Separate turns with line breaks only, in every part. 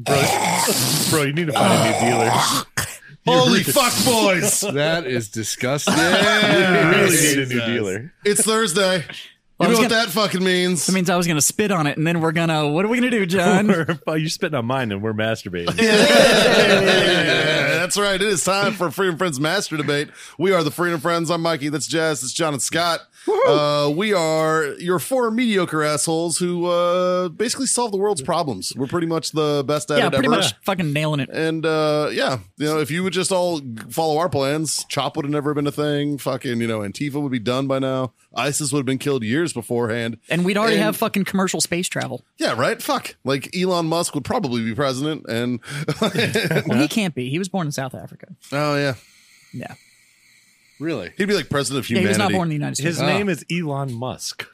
Bro, bro, you need to find a new dealer.
Holy fuck, boys!
That is disgusting.
You really need a new dealer.
It's Thursday. You know
was
what
gonna-
that fucking means.
That means I was gonna spit on it, and then we're gonna. What are we gonna do, John?
Oh, You're spitting on mine and we're masturbating.
Yeah, that's right. It is time for Freedom Friends Master Debate. We are the Freedom Friends. I'm Mikey. That's Jazz. That's John and Scott. Uh, we are your four mediocre assholes who uh, basically solve the world's problems. We're pretty much the best at
yeah,
it
pretty
ever.
much fucking nailing it.
And uh, yeah, you know, if you would just all follow our plans, Chop would have never been a thing. Fucking, you know, Antifa would be done by now. ISIS would have been killed years beforehand.
And we'd already
and-
have fucking commercial space travel.
Yeah, right. Fuck. Like Elon Musk would probably be president. And
Well, he can't be. He was born in South Africa.
oh yeah,
Yeah,
Really?
he'd be like president of
yeah he
humanity.
was not born in the United States.
His name is Elon Musk.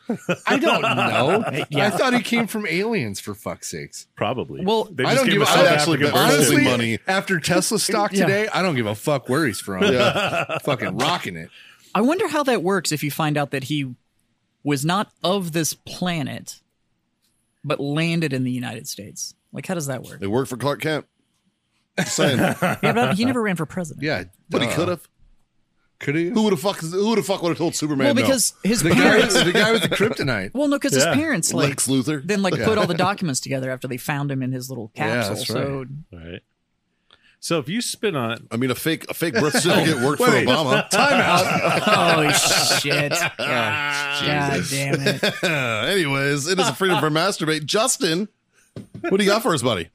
I don't know.
Yeah.
I thought he came from aliens for fuck's sakes.
Probably.
Well,
they
I don't give
gave
a
us South
I
actually
African
bet-
birth
honestly-
certificate.
money.
After Tesla stock
Yeah.
today, I don't give a fuck where he's from. Fucking rocking it.
I wonder how that works if you find out that he was not of this planet, but landed in the United States. Like, how does that work?
It worked for Clark Kent. Just saying,
Yeah, but he never ran for president.
Yeah.
but he could have.
Could he?
Who would have fuck? Who the fuck would have told Superman?
Well,
no?
because his
The guy,
parents.
the guy with the kryptonite.
Well, no, because
Yeah.
his parents like
Lex Luthor.
then like put all the documents together after they found him in his little
Yeah,
capsule.
that's
so
Right. So if you spit on it,
I mean, a fake a fake birth certificate worked for
wait.
Obama.
Holy shit.
Oh,
God damn it.
Anyways, it is a freedom from masturbate. Justin, what do you got for us, buddy?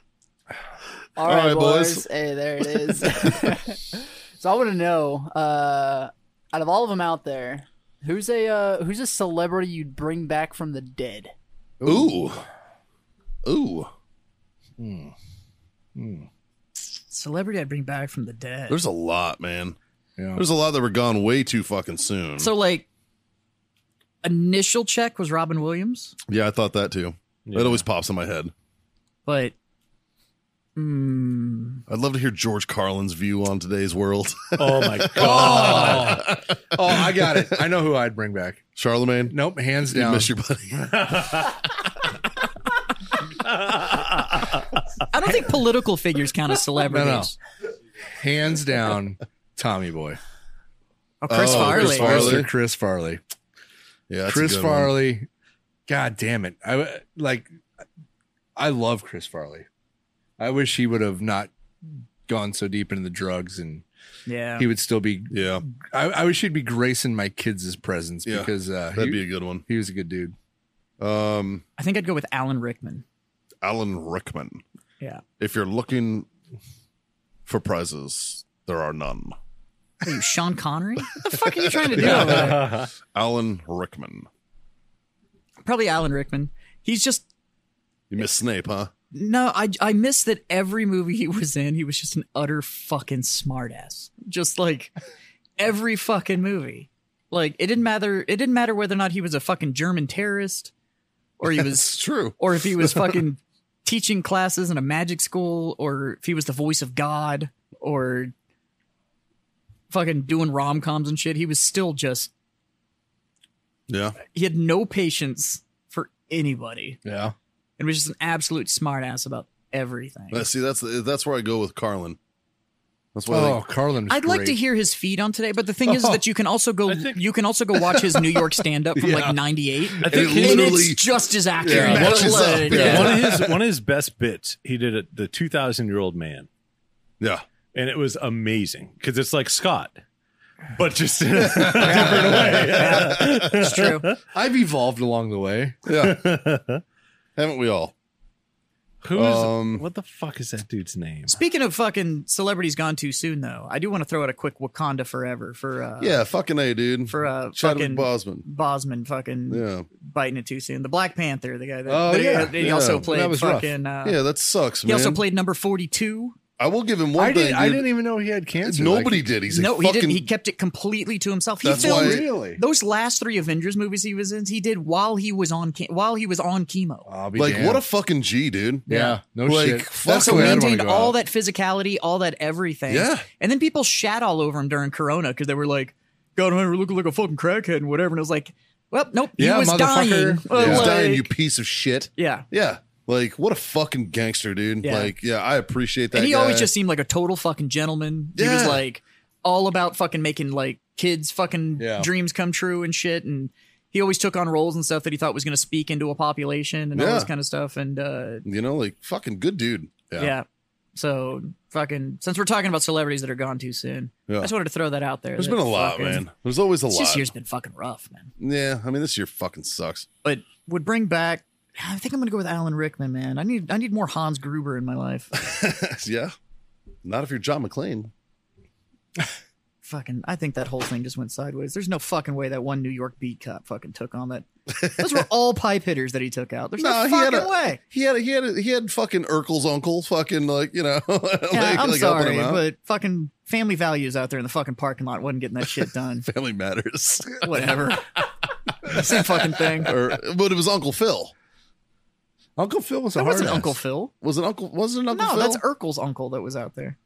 All
All right,
right, boys.
boys. Hey, there it is. so I want to know, uh, out of all of them out there, who's a uh, who's a celebrity you'd bring back from the dead?
Ooh, ooh.
Celebrity I'd bring back from the dead.
There's a lot, man.
Yeah.
There's a lot that were gone way too fucking soon.
so like initial check was Robin Williams,
yeah, I thought that too. That always pops in my head.
but mm,
I'd love to hear George Carlin's view on today's world.
oh my god,
Oh, I got it. I know who I'd bring back.
Charlemagne,
Nope, hands
you
down.
miss your buddy.
I don't think political figures count as celebrities.
Hands down, Tommy Boy.
Oh, Chris
Oh,
Farley.
Chris Farley.
Mr. Chris Farley.
Yeah, that's a
Chris
good one.
Farley. God damn it. I w- like I love Chris Farley. I wish he would have not gone so deep into the drugs and
Yeah.
he would still be
Yeah,
I, I wish he'd be gracing my kids' presence
Yeah,
because uh
that'd
he,
be a good one.
he was a good dude.
Um,
I think I'd go with Alan Rickman.
Alan Rickman.
Yeah.
If you're looking for prizes, there are none.
What are you, Sean Connery? what the fuck are you trying to do?
Alan Rickman.
Probably Alan Rickman. He's just
You miss Snape, huh?
no, I I miss that every movie he was in, he was just an utter fucking smartass. Just like every fucking movie. Like it didn't matter it didn't matter whether or not he was a fucking German terrorist or he was
true.
or if he was fucking teaching classes in a magic school or if he was the voice of God or fucking doing rom-coms and shit. He was still just
Yeah.
he had no patience for anybody
Yeah.
and was just an absolute smartass about everything.
Uh, See, that's that's where I go with Carlin. That's why. I
Oh,
think-
Carlin was
I'd like to
great.
hear his feed on today, but the thing is
Oh.
that you can also go
think-
you can also go watch his New York stand up from like '98,
I
and
think
it
his-
literally-
it's just as accurate.
Yeah, matches up,
Like,
yeah.
yeah.
one of his one of his best bits. He did it, the two thousand year old man,
yeah.
and it was amazing because it's like Scott, but just
It's true.
I've evolved along the way.
Yeah. Haven't we all?
Who's
Um,
what the fuck is that dude's name?
Speaking of fucking celebrities gone too soon, though, I do want to throw out a quick Wakanda forever for uh,
yeah, fucking a dude.
for uh,
Chadwick
fucking
Bosman.
Bosman fucking
Yeah,
biting it too soon. The Black Panther, the guy that
Oh,
that-
yeah,
that he
yeah,
also
that
played
was rough.
fucking. Uh,
yeah, that sucks,
he
man.
also played number forty-two.
I will give him one
I
thing.
didn't. I
dude.
didn't even know he had cancer. like-
Nobody did. He's a
no, he
fucking,
didn't. He kept it completely to himself. He
That's
filmed
why-
really.
those last three Avengers movies he was in. He did while he was on chem- while he was on chemo.
I'll be
like
damned.
what a fucking G, dude.
yeah. No
Like,
shit.
fuck,
That's
I
the
So
way I'd wanna
maintained
go
all
out.
that physicality, all that everything.
Yeah.
And then people shat all over him during Corona because they were like, "God, I'm looking like a fucking crackhead and whatever." And I was like, "Well, nope, he
Yeah,
was
motherfucker.
dying.
He
Well,
He was
like-
dying, you piece of shit.
yeah."
Yeah. Like what a fucking gangster, dude.
Yeah.
Like, yeah, I appreciate that.
and he
guy.
always just seemed like a total fucking gentleman. He was
Yeah.
like all about fucking making like kids fucking
Yeah.
dreams come true and shit. And he always took on roles and stuff that he thought was going to speak into a population and all
Yeah.
this kind of stuff. And uh,
you know, like fucking good dude.
yeah. so fucking since we're talking about celebrities that are gone too soon,
Yeah.
I just wanted to throw that out there.
There's
that
been a lot,
fucking-
man. There's always a
This
lot.
year's been fucking rough, man.
Yeah, I mean this year fucking sucks.
But would bring back. I think I'm gonna go with Alan Rickman, man. I need I need more Hans Gruber in my life.
yeah. Not if you're John McClane.
fucking I think that whole thing just went sideways. There's no fucking way that one New York beat cop fucking took on that. Those were all pipe hitters that he took out. There's no,
No, he had
fucking
a-
way.
He had a, he had a, he had fucking Urkel's uncle, fucking like you know.
Yeah,
like,
I'm
like helping
sorry,
him out.
but fucking family values out there in the fucking parking lot wasn't getting that shit done.
Family matters.
Whatever. Same fucking thing. That
or but it was Uncle Phil.
Uncle Phil was a hard
wasn't
ass.
Uncle Phil.
Was it Uncle? Was it Uncle
no,
Phil?
that's Urkel's uncle that was out there.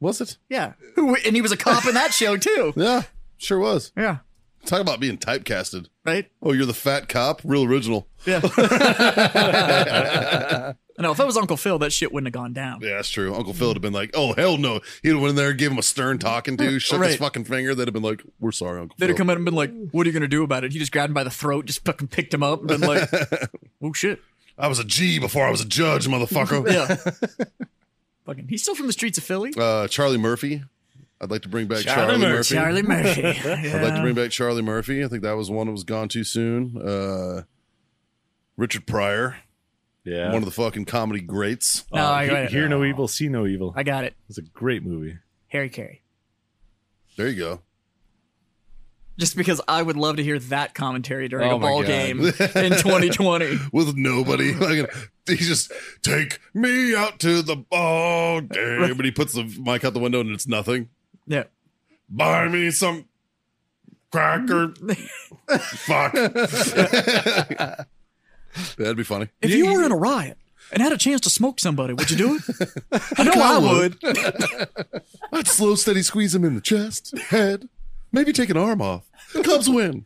was it?
Yeah, who and he was a cop in that show too.
Yeah, sure was.
Yeah,
Talk about being typecasted.
right.
Oh, you're the fat cop, real original.
Yeah. no, if that was Uncle Phil, that shit wouldn't have gone down.
Yeah, that's true. Uncle Phil would have been like, "Oh hell no!" He'd have went in there, gave him a stern talking to, shook
Right.
his fucking finger. They'd have been like, "We're sorry, Uncle."
They'd
Phil.
have come out and been like, "What are you gonna do about it?" He just grabbed him by the throat, just fucking picked him up, and been like, "Oh shit,
I was a G before I was a judge, motherfucker.
yeah." fucking, he's still from the streets of Philly.
uh, Charlie Murphy. I'd like to bring back Charlie,
Charlie
Murphy.
Charlie Murphy.
I'd like to
Yeah.
bring back Charlie Murphy. I think that was one that was gone too soon. Uh, Richard Pryor,
Yeah. Oh,
one of the fucking comedy greats.
No, I got
he-
it.
hear no evil, see no evil.
I got it.
It's a great movie.
Harry Carey.
There you go.
Just because I would love to hear that commentary during
Oh
a
my
ball
God.
game in 2020.
with nobody. Like, he just take me out to the ball game, and he puts the mic out the window, and it's nothing.
Yeah.
Buy me some cracker. Fuck. That'd be funny.
If you were in a riot and had a chance to smoke somebody, would you do it? I know I would.
I'd slow steady squeeze him in the chest, head, maybe take an arm off. Cubs win.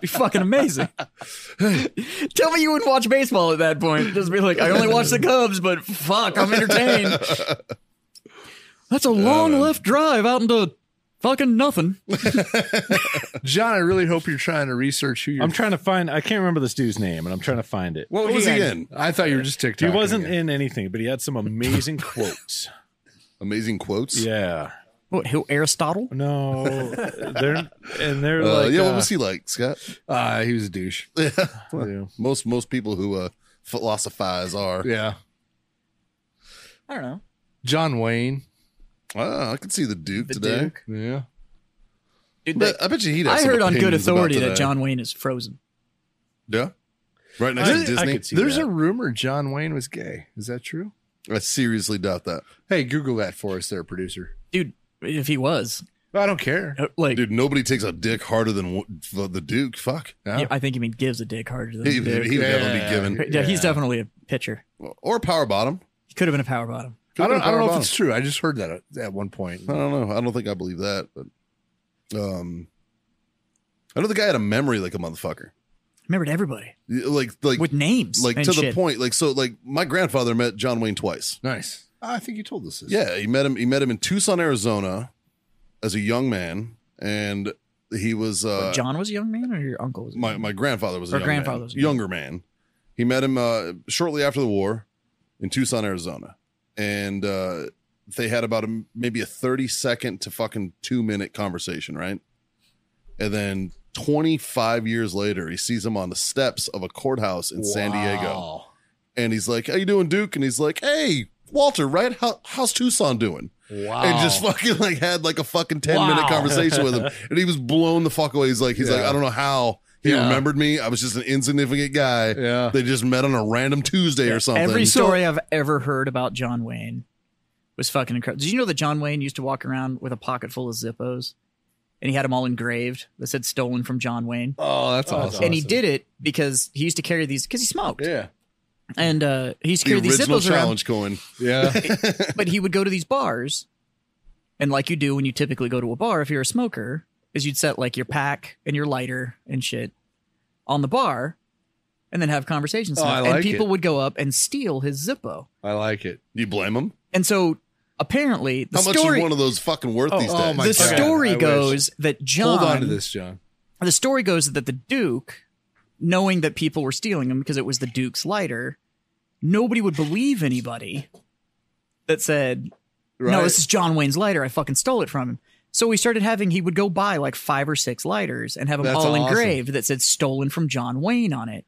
be fucking amazing. Tell me you wouldn't watch baseball at that point. Just be like, I only watch the Cubs, but fuck, I'm entertained. That's a long left drive out into fucking nothing.
John, I really hope you're trying to research who you're.
I'm trying to find. I can't remember this dude's name, and I'm trying to find it.
What was he in?
I thought you were just TikTok.
He wasn't in anything, but he had some amazing quotes.
Amazing quotes.
Yeah.
What, who, Aristotle?
No, they're and they're
Uh,
like uh,
yeah, what
uh,
was he like, Scott?
Uh, he was a douche.
yeah.
Most most people who uh, philosophize are.
Yeah.
I don't know.
John Wayne.
Ah, I could see the Duke
The
today.
Duke.
Yeah.
Dude,
But
they-
I bet you he'd have
I
some
heard on good
opinions about
authority that
today.
John Wayne is frozen.
Yeah. Right next
I-
to
I
Disney.
could see
There's
that.
a rumor John Wayne was gay. Is that true?
I seriously doubt that.
Hey, Google that for us, there, producer.
Dude, if he was,
I don't care.
uh, like,
Dude, nobody takes a dick harder than w- the the Duke. Fuck.
No.
yeah, I think you mean gives a dick harder than
He, he
the Duke. Uh,
would definitely be
Yeah.
given.
yeah, he's definitely a pitcher.
Or power bottom.
He could have been a power bottom.
I don't. I don't know if it's true. I just heard that at, at one point.
I don't know. I don't think I believe that. But um, I know the guy had a memory like a motherfucker.
Remembered everybody
Y- Like like
with names.
like
and
to the
shit.
point. Like so. Like my grandfather met John Wayne twice.
Nice. I think you told us this.
Yeah, he met him. He met him in Tucson, Arizona, as a young man, and he was uh,
What, John was a young man or your uncle was a
my
young man?
my grandfather was a
Or
young
grandfather
man,
was a young-
younger man. He met him uh, shortly after the war in Tucson, Arizona, and uh, they had about a, maybe a thirty second to fucking two minute conversation, right? And then 25 years later, he sees him on the steps of a courthouse in San Diego.
Wow.
And he's like, How you doing, Duke? And he's like, Hey, Walter, right? How, how's Tucson doing?
Wow.
And just fucking like had like a fucking 10 minute
Wow.
conversation with him. And he was blown the fuck away. He's like, he's like,
Yeah.
I don't know how he
Yeah.
remembered me. I was just an insignificant guy.
Yeah.
They just met on a random Tuesday or something.
Every story I've ever heard about John Wayne was fucking incredible. Did you know that John Wayne used to walk around with a pocket full of Zippos and he had them all engraved that said stolen from John Wayne?
Oh, that's awesome.
And he did it because he used to carry these because he smoked.
Yeah.
And uh, he used to
the
carry these
original
Zippos around.
challenge coin.
Yeah.
but he would go to these bars and like you do when you typically go to a bar if you're a smoker is you'd set like your pack and your lighter and shit on the bar and then have conversations
Oh,
and
I
stuff. and
like
people
it.
would go up and steal his zippo
I like it.
Do you blame him?
and so apparently the
How much
story
is one of those fucking worth these days?
oh my
the
God, I
story
wish.
goes that john
Hold on to this, John.
the story goes that the Duke, knowing that people were stealing them because it was the Duke's lighter, nobody would believe anybody that said,
Right.
"No, this is John Wayne's lighter. I fucking stole it from him." So we started having he would go buy like five or six lighters and have them
That's
all
awesome.
engraved that said "stolen from John Wayne" on it.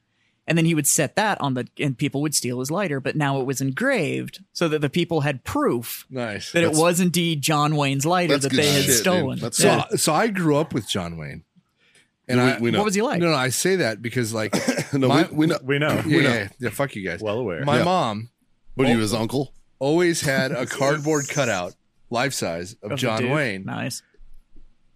And then he would set that on the, and people would steal his lighter. But now it was engraved so that the people had proof
Nice.
that it was indeed John Wayne's lighter
that's
that
good
they had
shit, dude.
stolen.
That's
So,
Yeah.
so I grew up with John Wayne, and
We-
I
we know.
What was he like?
No, no, I say that because like
No,
my,
we, we know.
We know.
yeah, yeah, yeah, fuck you guys.
Well aware.
my
Yeah.
mom
What are you, his uncle?
always had a cardboard cutout, life size, of
Of the
John
Duke.
Wayne
Nice.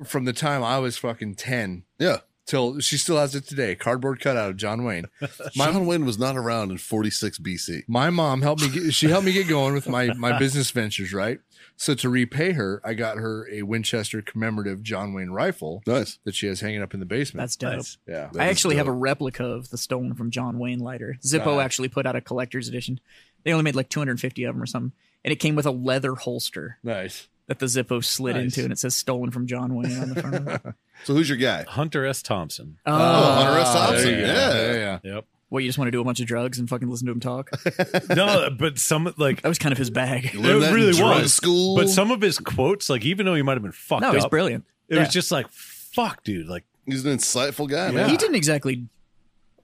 from the time I was fucking ten
Yeah.
till she still has it today. Cardboard cutout of John Wayne.
John Wayne was not around in 46 BC.
My mom helped me. Get, she helped me get going with my my business ventures, right? So to repay her, I got her a Winchester commemorative John Wayne rifle
Nice.
that she has hanging up in the basement.
That's dope.
Nice.
yeah.
I actually have a replica of the stolen from John Wayne lighter. Zippo
Nice.
actually put out a collector's edition. They only made like 250 of them or something, and it came with a leather holster
Nice.
that the Zippo slid
Nice.
into, and it says "stolen from John Wayne" on the front of it.
So who's your guy?
Hunter S. Thompson.
Oh,
Oh, Hunter S. Thompson.
There you go.
Yeah.
Yeah, yeah.
Yep.
what you just want to do a bunch of drugs and fucking listen to him talk? That
No, but some like
was kind of his bag.
Learned that
it
in
really
drug
was.
school.
But some of his quotes, like even though he might have been fucked
No,
up,
he's brilliant.
it
Yeah.
was just like, fuck, dude. Like,
He's an insightful guy, man.
He didn't exactly.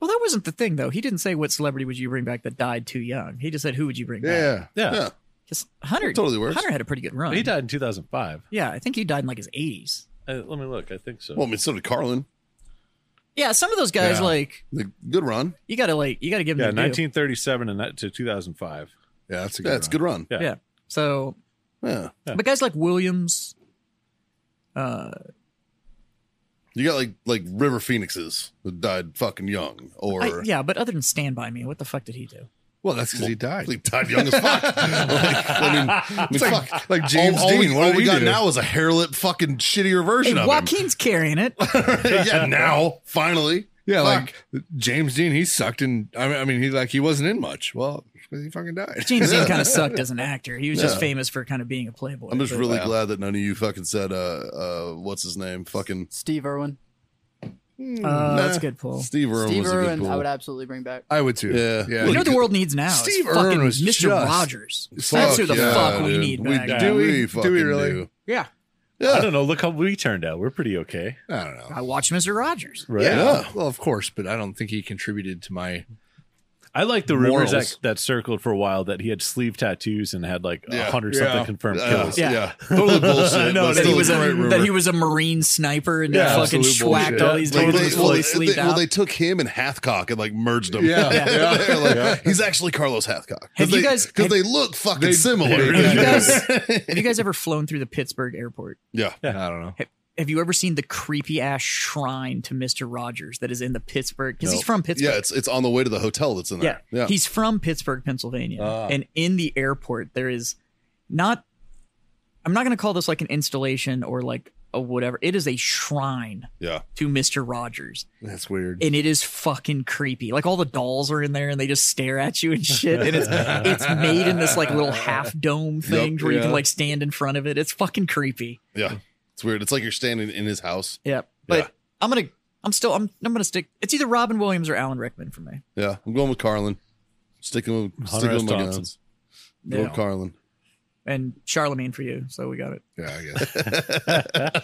Well, that wasn't the thing though. He didn't say what celebrity would you bring back that died too young. He just said who would you bring back?
Yeah.
yeah,
Yeah.
Because Hunter
Totally works.
Hunter had a pretty good run.
he died in 2005.
Yeah, I think he died in like his 80s.
Uh, let me look. I think so.
Well, I mean, so did Carlin.
Yeah, some of those guys
Yeah.
like
The good run.
You gotta like you gotta give
yeah,
them their due.
1937 and that to 2005.
Yeah, that's a good.
Yeah, it's a
run.
good run.
Yeah.
Yeah. So,
Yeah.
but guys like Williams, uh,
You got like like River Phoenixes that died fucking young, or
I- yeah. But other than Stand by Me, what the fuck did he do?
Well, that's because he died.
They died young as fuck. like, I mean, I mean,
It's like,
fuck.
like James
all, all
Dean.
we,
what
all
did
we
he
got
do?
now is a hairlip, fucking shittier version
Hey,
of
Joaquin's carrying it.
him. yeah, now finally.
Yeah,
Fuck.
like James Dean, he sucked in. I mean, I mean, he like he wasn't in much. Well, 'cause he fucking died.
James Dean kind of sucked as an actor. He was just famous for kind of being a playboy.
I'm just
but-
really glad that none of you fucking said uh uh what's his name fucking
Steve Irwin.
Uh, That's a good pull.
Hmm. Steve Irwin
Steve
was a good
Irwin,
pull.
I would absolutely bring back.
I would too.
Yeah.
yeah.
You know
Look
what the
at-
world needs now?
Steve
is fucking
Irwin was
Mr.
just-
Rogers. That's who
Fuck
the
yeah,
fuck we
dude.
need
We
back.
do.
do we?
We
Do
fucking
we really?
do.
Yeah,
I don't know. Look how we turned out. We're pretty okay,
I don't know.
I watched Mr. Rogers.
right?
Yeah.
Well, of course, but I don't think he contributed to my.
I like the rumors
Morals.
that, that circled for a while that he had sleeve tattoos and had like a
Yeah.
hundred
Yeah.
something confirmed
Uh,
kills.
Yeah.
Totally bullshit.
No,
but
that
That
still
he, was
a
a,
great rumor.
that he was a Marine sniper and
Yeah,
fucking
absolute
schwacked
bullshit.
all these
Like,
dudes
they-
with
well,
fully
they-
sleeved
they-
out.
well, they took him and Hathcock and like merged them.
Yeah, yeah.
They're like, He's actually Carlos Hathcock.
Have you guys-
Because
have-
they look fucking similar.
Have you guys- have you guys ever flown through the Pittsburgh airport?
yeah.
I don't know.
Have you ever seen the creepy ass shrine to Mr. Rogers that is in the Pittsburgh? Because
No.
he's from Pittsburgh.
Yeah, it's it's on the way to the hotel that's in there. Yeah.
He's from Pittsburgh, Pennsylvania.
Ah.
and in the airport, there is not, I'm not going to call this like an installation or like a whatever. It is a shrine
yeah.
to Mr. Rogers.
That's weird.
And it is fucking creepy. Like all the dolls are in there and they just stare at you and shit. And it's it's made in this like little half dome thing
Yep,
where you
yeah.
can like stand in front of it. It's fucking creepy.
Yeah. It's weird. It's like you're standing in his house.
Yeah. But
Yeah.
I'm gonna I'm still I'm I'm gonna stick it's either Robin Williams or Alan Rickman for me.
Yeah. I'm going with Carlin. Sticking with
Hunter
sticking
S.
with my
Thompson.
guns. Go with
Yeah.
Carlin.
And Charlemagne for you, so we got it.
Yeah, I guess.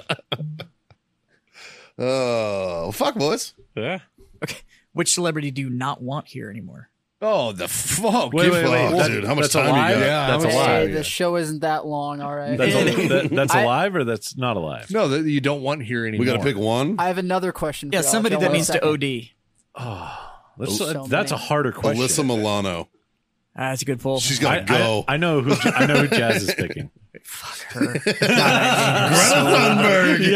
Oh, fuck, boys.
Yeah.
Okay. Which celebrity do you not want here anymore?
Oh, the fuck!
Wait,
Give
wait,
a-
wait.
fuck,
that-
dude. How much
that's
time
alive?
you got?
Yeah,
that's
I'm
Hey,
alive.
the show isn't that long, all right.
That's, al- that, that's
I-
alive or that's not alive?
No, that you don't want here anymore.
We got to pick one.
I have another question. For
Yeah,
y'all, if
somebody
y'all
that
want a
needs to
second.
OD.
Let's- uh,
So
that's a
many.
harder question.
Alyssa Milano.
Ah, that's a good pull.
She's
I,
got to go.
I, I know who I know who Jazz is picking.
Greta Thunberg.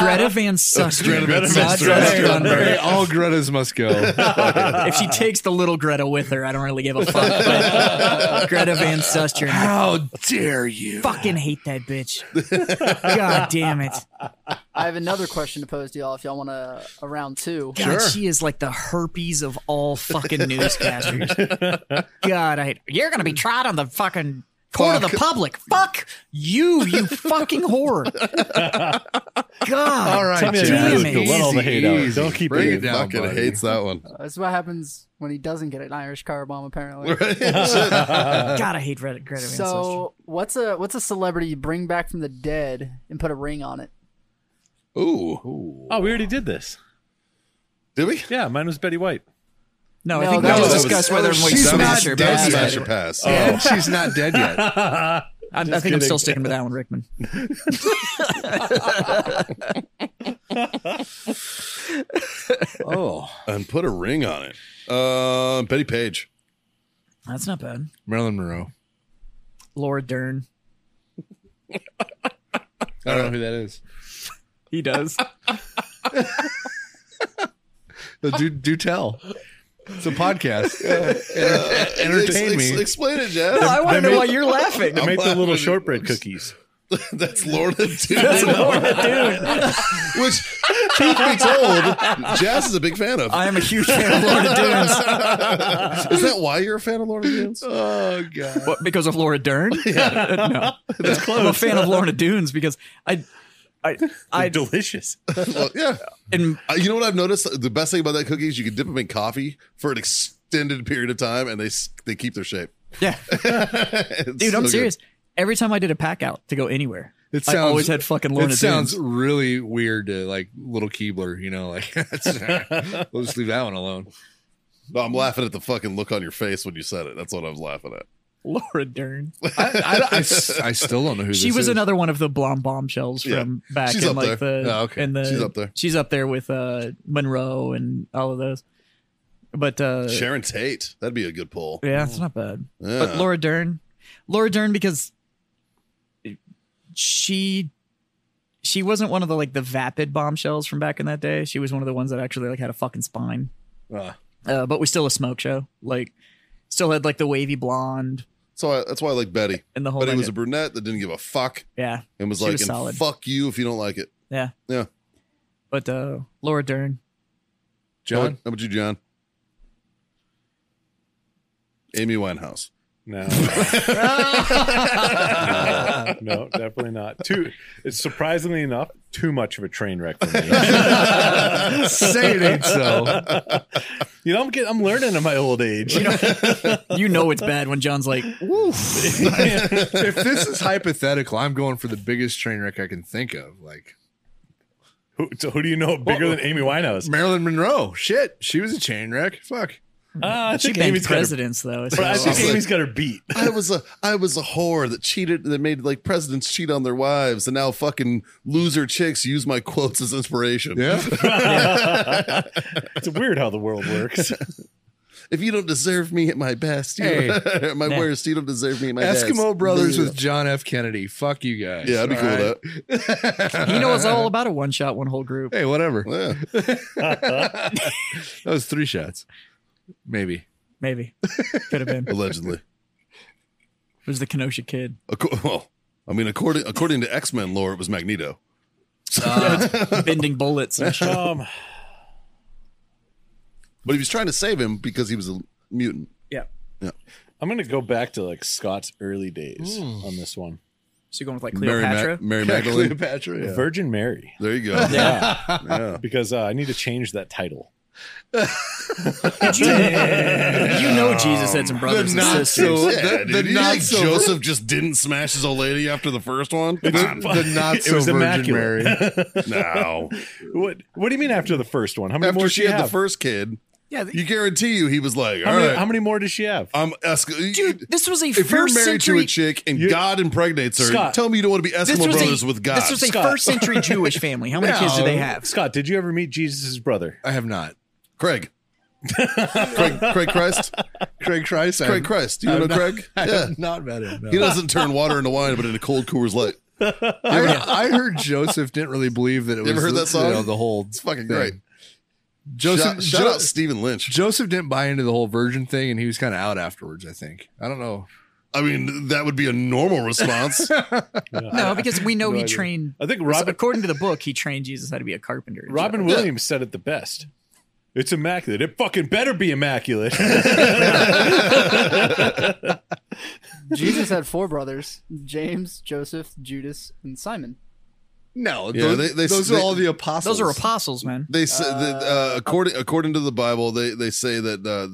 Greta Van Susteren.
Greta Van
It's not
Susteren.
Greta Thunberg.
Hey, all Greta's must go.
if she takes the little Greta with her, I don't really give a fuck. But Greta Van Susteren.
How dare you?
Fucking hate that bitch. God damn it.
I have another question to pose to y'all if y'all want a, a round two.
God, she is like the herpes of all fucking newscasters. God, I, you're gonna be tried on the fucking court of the
Fuck.
public. Fuck you, you fucking whore. God,
All right,
Tell me
Jazz.
Damn
that
it.
to let all the hate out.
Easy,
Don't keep it
Bring it
He
in.
down,
fucking
buddy.
hates that one.
That's Uh, what happens when he doesn't get an Irish car bomb, apparently.
God, I hate Greta. Greta Van Susteren.
So what's a what's a celebrity you bring back from the dead and put a ring on it?
Ooh.
Oh, we already did this.
Did we?
Yeah, mine was Betty White.
No, I
No,
think
that
we
was-
just discussed whether I'm like
she's not
smash or
dead
pass.
Dead
yet.
Smasher Pass.
And she's not dead yet.
I, I think I'm still sticking with Alan Rickman.
Oh,
And put a ring on it. Uh,
Um,
Betty Page.
That's not bad.
Marilyn Monroe.
Laura Dern.
I don't know who that is.
He does.
Do do tell. It's a podcast.
Ex-
Uh, Entertain
ex-
me.
Explain it, Jazz.
I want to know
made-
why you're laughing.
Make the little
laughing.
shortbread cookies.
That's Lord of
That's
Doom,
Laura Dern.
which, truth be told, Jazz is a big fan of.
I am a huge fan of Laura Dern.
Is that why you're a fan of Lord of the Rings?
Oh god.
What, because of Laura Dern? no. I'm a fan of Lorna Dunes because I, I, I,
Delicious.
Well, yeah.
and
Uh, you know what I've noticed? The best thing about that cookie is you can dip them in coffee for an extended period of time, and they s- they keep their shape.
yeah,
It's
dude,
so
I'm
good.
serious. Every time I did a pack out to go anywhere,
It
I
sounds-
always had fucking Lorna
it sounds
Dunes.
really weird to like little Keebler, you know, like we'll just leave that one alone.
No, I'm laughing at the fucking look on your face when you said it. That's what I was laughing at.
Laura Dern.
I, I- I s- I still don't know who
She
this
was
is.
another one of the blonde bombshells
Yeah.
from back
She's
in
up
like
there.
the
Oh, okay.
and the
She's up there.
She's up there with uh Monroe and all of those. But uh
Sharon Tate. That'd be a good pull.
yeah, it's not bad. But
Yeah.
Laura Dern, Laura Dern, because she she wasn't one of the like the vapid bombshells from back in that day. She was one of the ones that actually like had a fucking spine.
Ah.
Uh, but was still a smoke show. Like, still had like the wavy blonde
So I, that's why I like Betty.
and the whole.
Betty
nine-
was a brunette that didn't give a fuck
yeah,
and was
She
like,
was
and
solid.
"Fuck you if you don't like it."
yeah,
Yeah.
But uh, Laura Dern,
How
John.
about, how about you, John? Amy Winehouse.
No. no, definitely not. Too it's surprisingly enough, too much of a train wreck for me.
Say it ain't so.
you know, I'm getting, I'm learning in my old age.
you know it's bad when John's like,
If this is hypothetical, I'm going for the biggest train wreck I can think of. Like
who, so who do you know bigger than Amy Winehouse?
Marilyn Monroe. Shit. She was a train wreck. Fuck.
Ah, I
she
think
banged
Amy's got her,
presidents though.
but I
so-
think Amy's got her beat.
I was a I was a whore that cheated that made like presidents cheat on their wives, and now fucking loser chicks use my quotes as inspiration.
Yeah.
It's weird how the world works.
If you don't deserve me at my best, you
Hey.
at my
Yeah.
worst, you don't deserve me at my best.
Eskimo Brothers with John F. Kennedy. Fuck you guys.
Yeah, I'd be cool
All right.
with that.
he knows all about a one shot, one whole group.
Hey, whatever.
Yeah.
That was three shots. Maybe.
Maybe could have been. It
Allegedly.
was the Kenosha kid.
Acco- well, I mean, according according to X Men lore, it was Magneto.
bending bullets and shit.
Um,
But he was trying to save him because he was a mutant.
Yeah.
I'm gonna go back to like Scott's early days on this one.
So you're going with like
Mary, Ma-
Cleopatra?
Mary Magdalene.
Cleopatra. Yeah.
Virgin Mary,
There you go.
yeah.
because uh, I need to change that title.
Did you, You know Jesus had some brothers and
not
sisters.
so the,
Yeah,
the
dude, you
not
think
so
Joseph
Joseph just didn't smash his old lady after the first one.
The, the not
It
so
was
Virgin
immaculate.
Mary.
no,
What What do you mean after the first one? How many
after
more
she
does
had the
have?
first kid,
yeah, th-
you guarantee you he was like,
How,
all
many,
right,
how many more does she have?
Uh,
I'm Eskimo.
dude, this was a
if you're married
first century.
to a chick and
You-
God impregnates her,
Scott.
tell me you don't want to be
this
Eskimo
was
brothers
a,
with God.
This was a
Scott.
first century Jewish family. How many kids did they have?
Scott, did you ever meet Jesus' brother?
I have not.
Craig. Craig, Craig Christ,
Craig Christ. I
Craig
have-
Christ. Do you know
I'm not-
Craig?
I
Yeah,
have not met him. no.
he doesn't turn water into wine, but into cold Coors Light.
I, I heard Joseph didn't really believe that it
You
was
ever heard
the,
that song?
you know, the whole
It's fucking
thing.
great.
Joseph
shout, shout
Jo-
out Stephen Lynch.
Joseph didn't buy into the whole virgin thing, and he was kind of out afterwards. I think. I don't know.
I mean, that would be a normal response.
No, because we know he
idea.
trained.
I think
so
Robin
according to the book, he trained Jesus how to be a carpenter.
Robin Williams said it the best. It's immaculate. It fucking better be immaculate.
Jesus had four brothers: James, Joseph, Judas, and Simon.
No,
Yeah,
those,
they- they-
those are
they-
all the apostles.
Those are apostles, man.
They say that, uh, according according to the Bible, they they say that uh,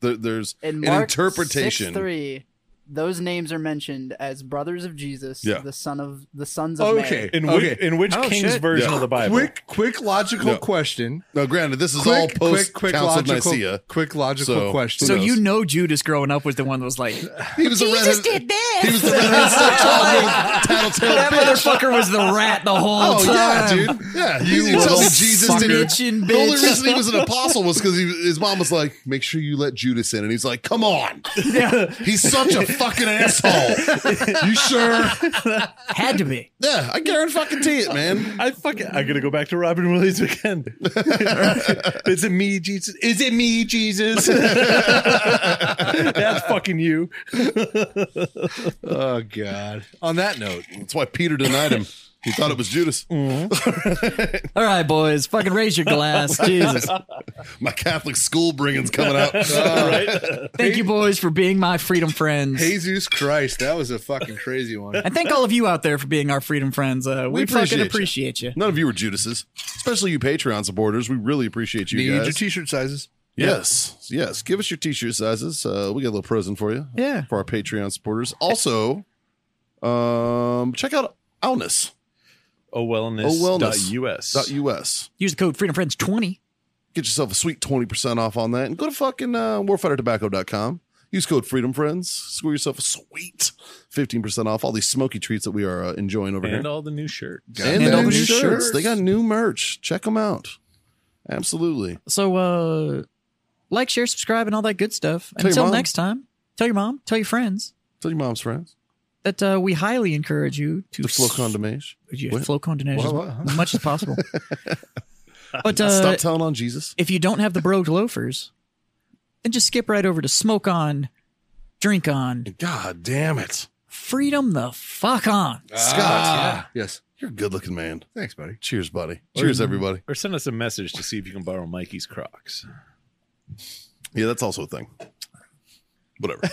there, there's
In
an
Mark
interpretation.
three, those names are mentioned as brothers of Jesus,
Yeah.
the son of the sons of
Okay.
Mary.
In which,
okay.
in which
Oh,
King's
shit.
version
Yeah.
of the Bible?
quick, quick, logical
No.
question.
Now, granted, this is
Quick,
all post
quick, quick,
Council of
logical,
Nicaea.
quick, logical
So-
question.
So
knows?
you know Judas growing up was the one that was like,
He was a
Jesus
redhead,
did this.
He was the redhead stepchild, tattletale
that
bitch.
motherfucker was the rat the whole
Oh
time.
yeah, dude. Yeah, you,
little
tell me Jesus didn't.
snitching
The only
bitch.
reason he was an apostle was because his mom was like, "Make sure you let Judas in," and he's like, "Come on, he's such a fucking asshole." you sure?
Had to be.
Yeah, I guarantee fucking it, man.
I fucking I gotta go back to Robin Williams again. is it me, Jesus? Is it me, Jesus? That's fucking you.
oh God. On that note,
That's why Peter denied him. He thought it was Judas.
All right, boys, fucking raise your glass. Jesus.
My Catholic school bringing's coming out.
Thank you, boys, for being my freedom friends.
Jesus Christ, that was a fucking crazy one.
And thank all of you out there for being our freedom friends. Uh, we,
We appreciate
fucking
you.
appreciate you.
None of you were Judases, especially you Patreon supporters. We really appreciate you
Need
guys.
your T-shirt sizes.
yes, yes. Give us your T-shirt sizes. Uh, we got a little present for you.
Yeah.
for our Patreon supporters. Also, um, check out Owness
Oh wellness.
Oh, wellness.
US.
US.
Use the code Freedom Friends 20.
Get yourself a sweet 20% off on that and go to fucking uh, warfightertobacco.com. Use code Freedom Friends. Score yourself a sweet 15% off all these smoky treats that we are uh, enjoying over
and
here.
all the new shirts.
And,
And
they
all
have
the
new
new
shirts.
shirts.
They got new merch. Check them out. Absolutely.
So, uh, like, share, subscribe, and all that good stuff.
Tell your
Until
mom.
next time, tell your mom, tell your friends
Tell your mom's friends
that uh, we highly encourage you to
to flow condemnation.
you
What?
flow condemnation
What, what, huh?
as much as possible. but uh,
Stop telling on Jesus.
if you don't have the brogue loafers, then just skip right over to smoke on, drink on,
God damn it.
freedom the fuck on.
Scott,
Yes.
Ah. you're a good looking man.
Thanks, buddy.
Cheers, buddy. Cheers, everybody.
Or send us a message to see if you can borrow Mikey's Crocs.
Yeah, that's also a thing. Whatever.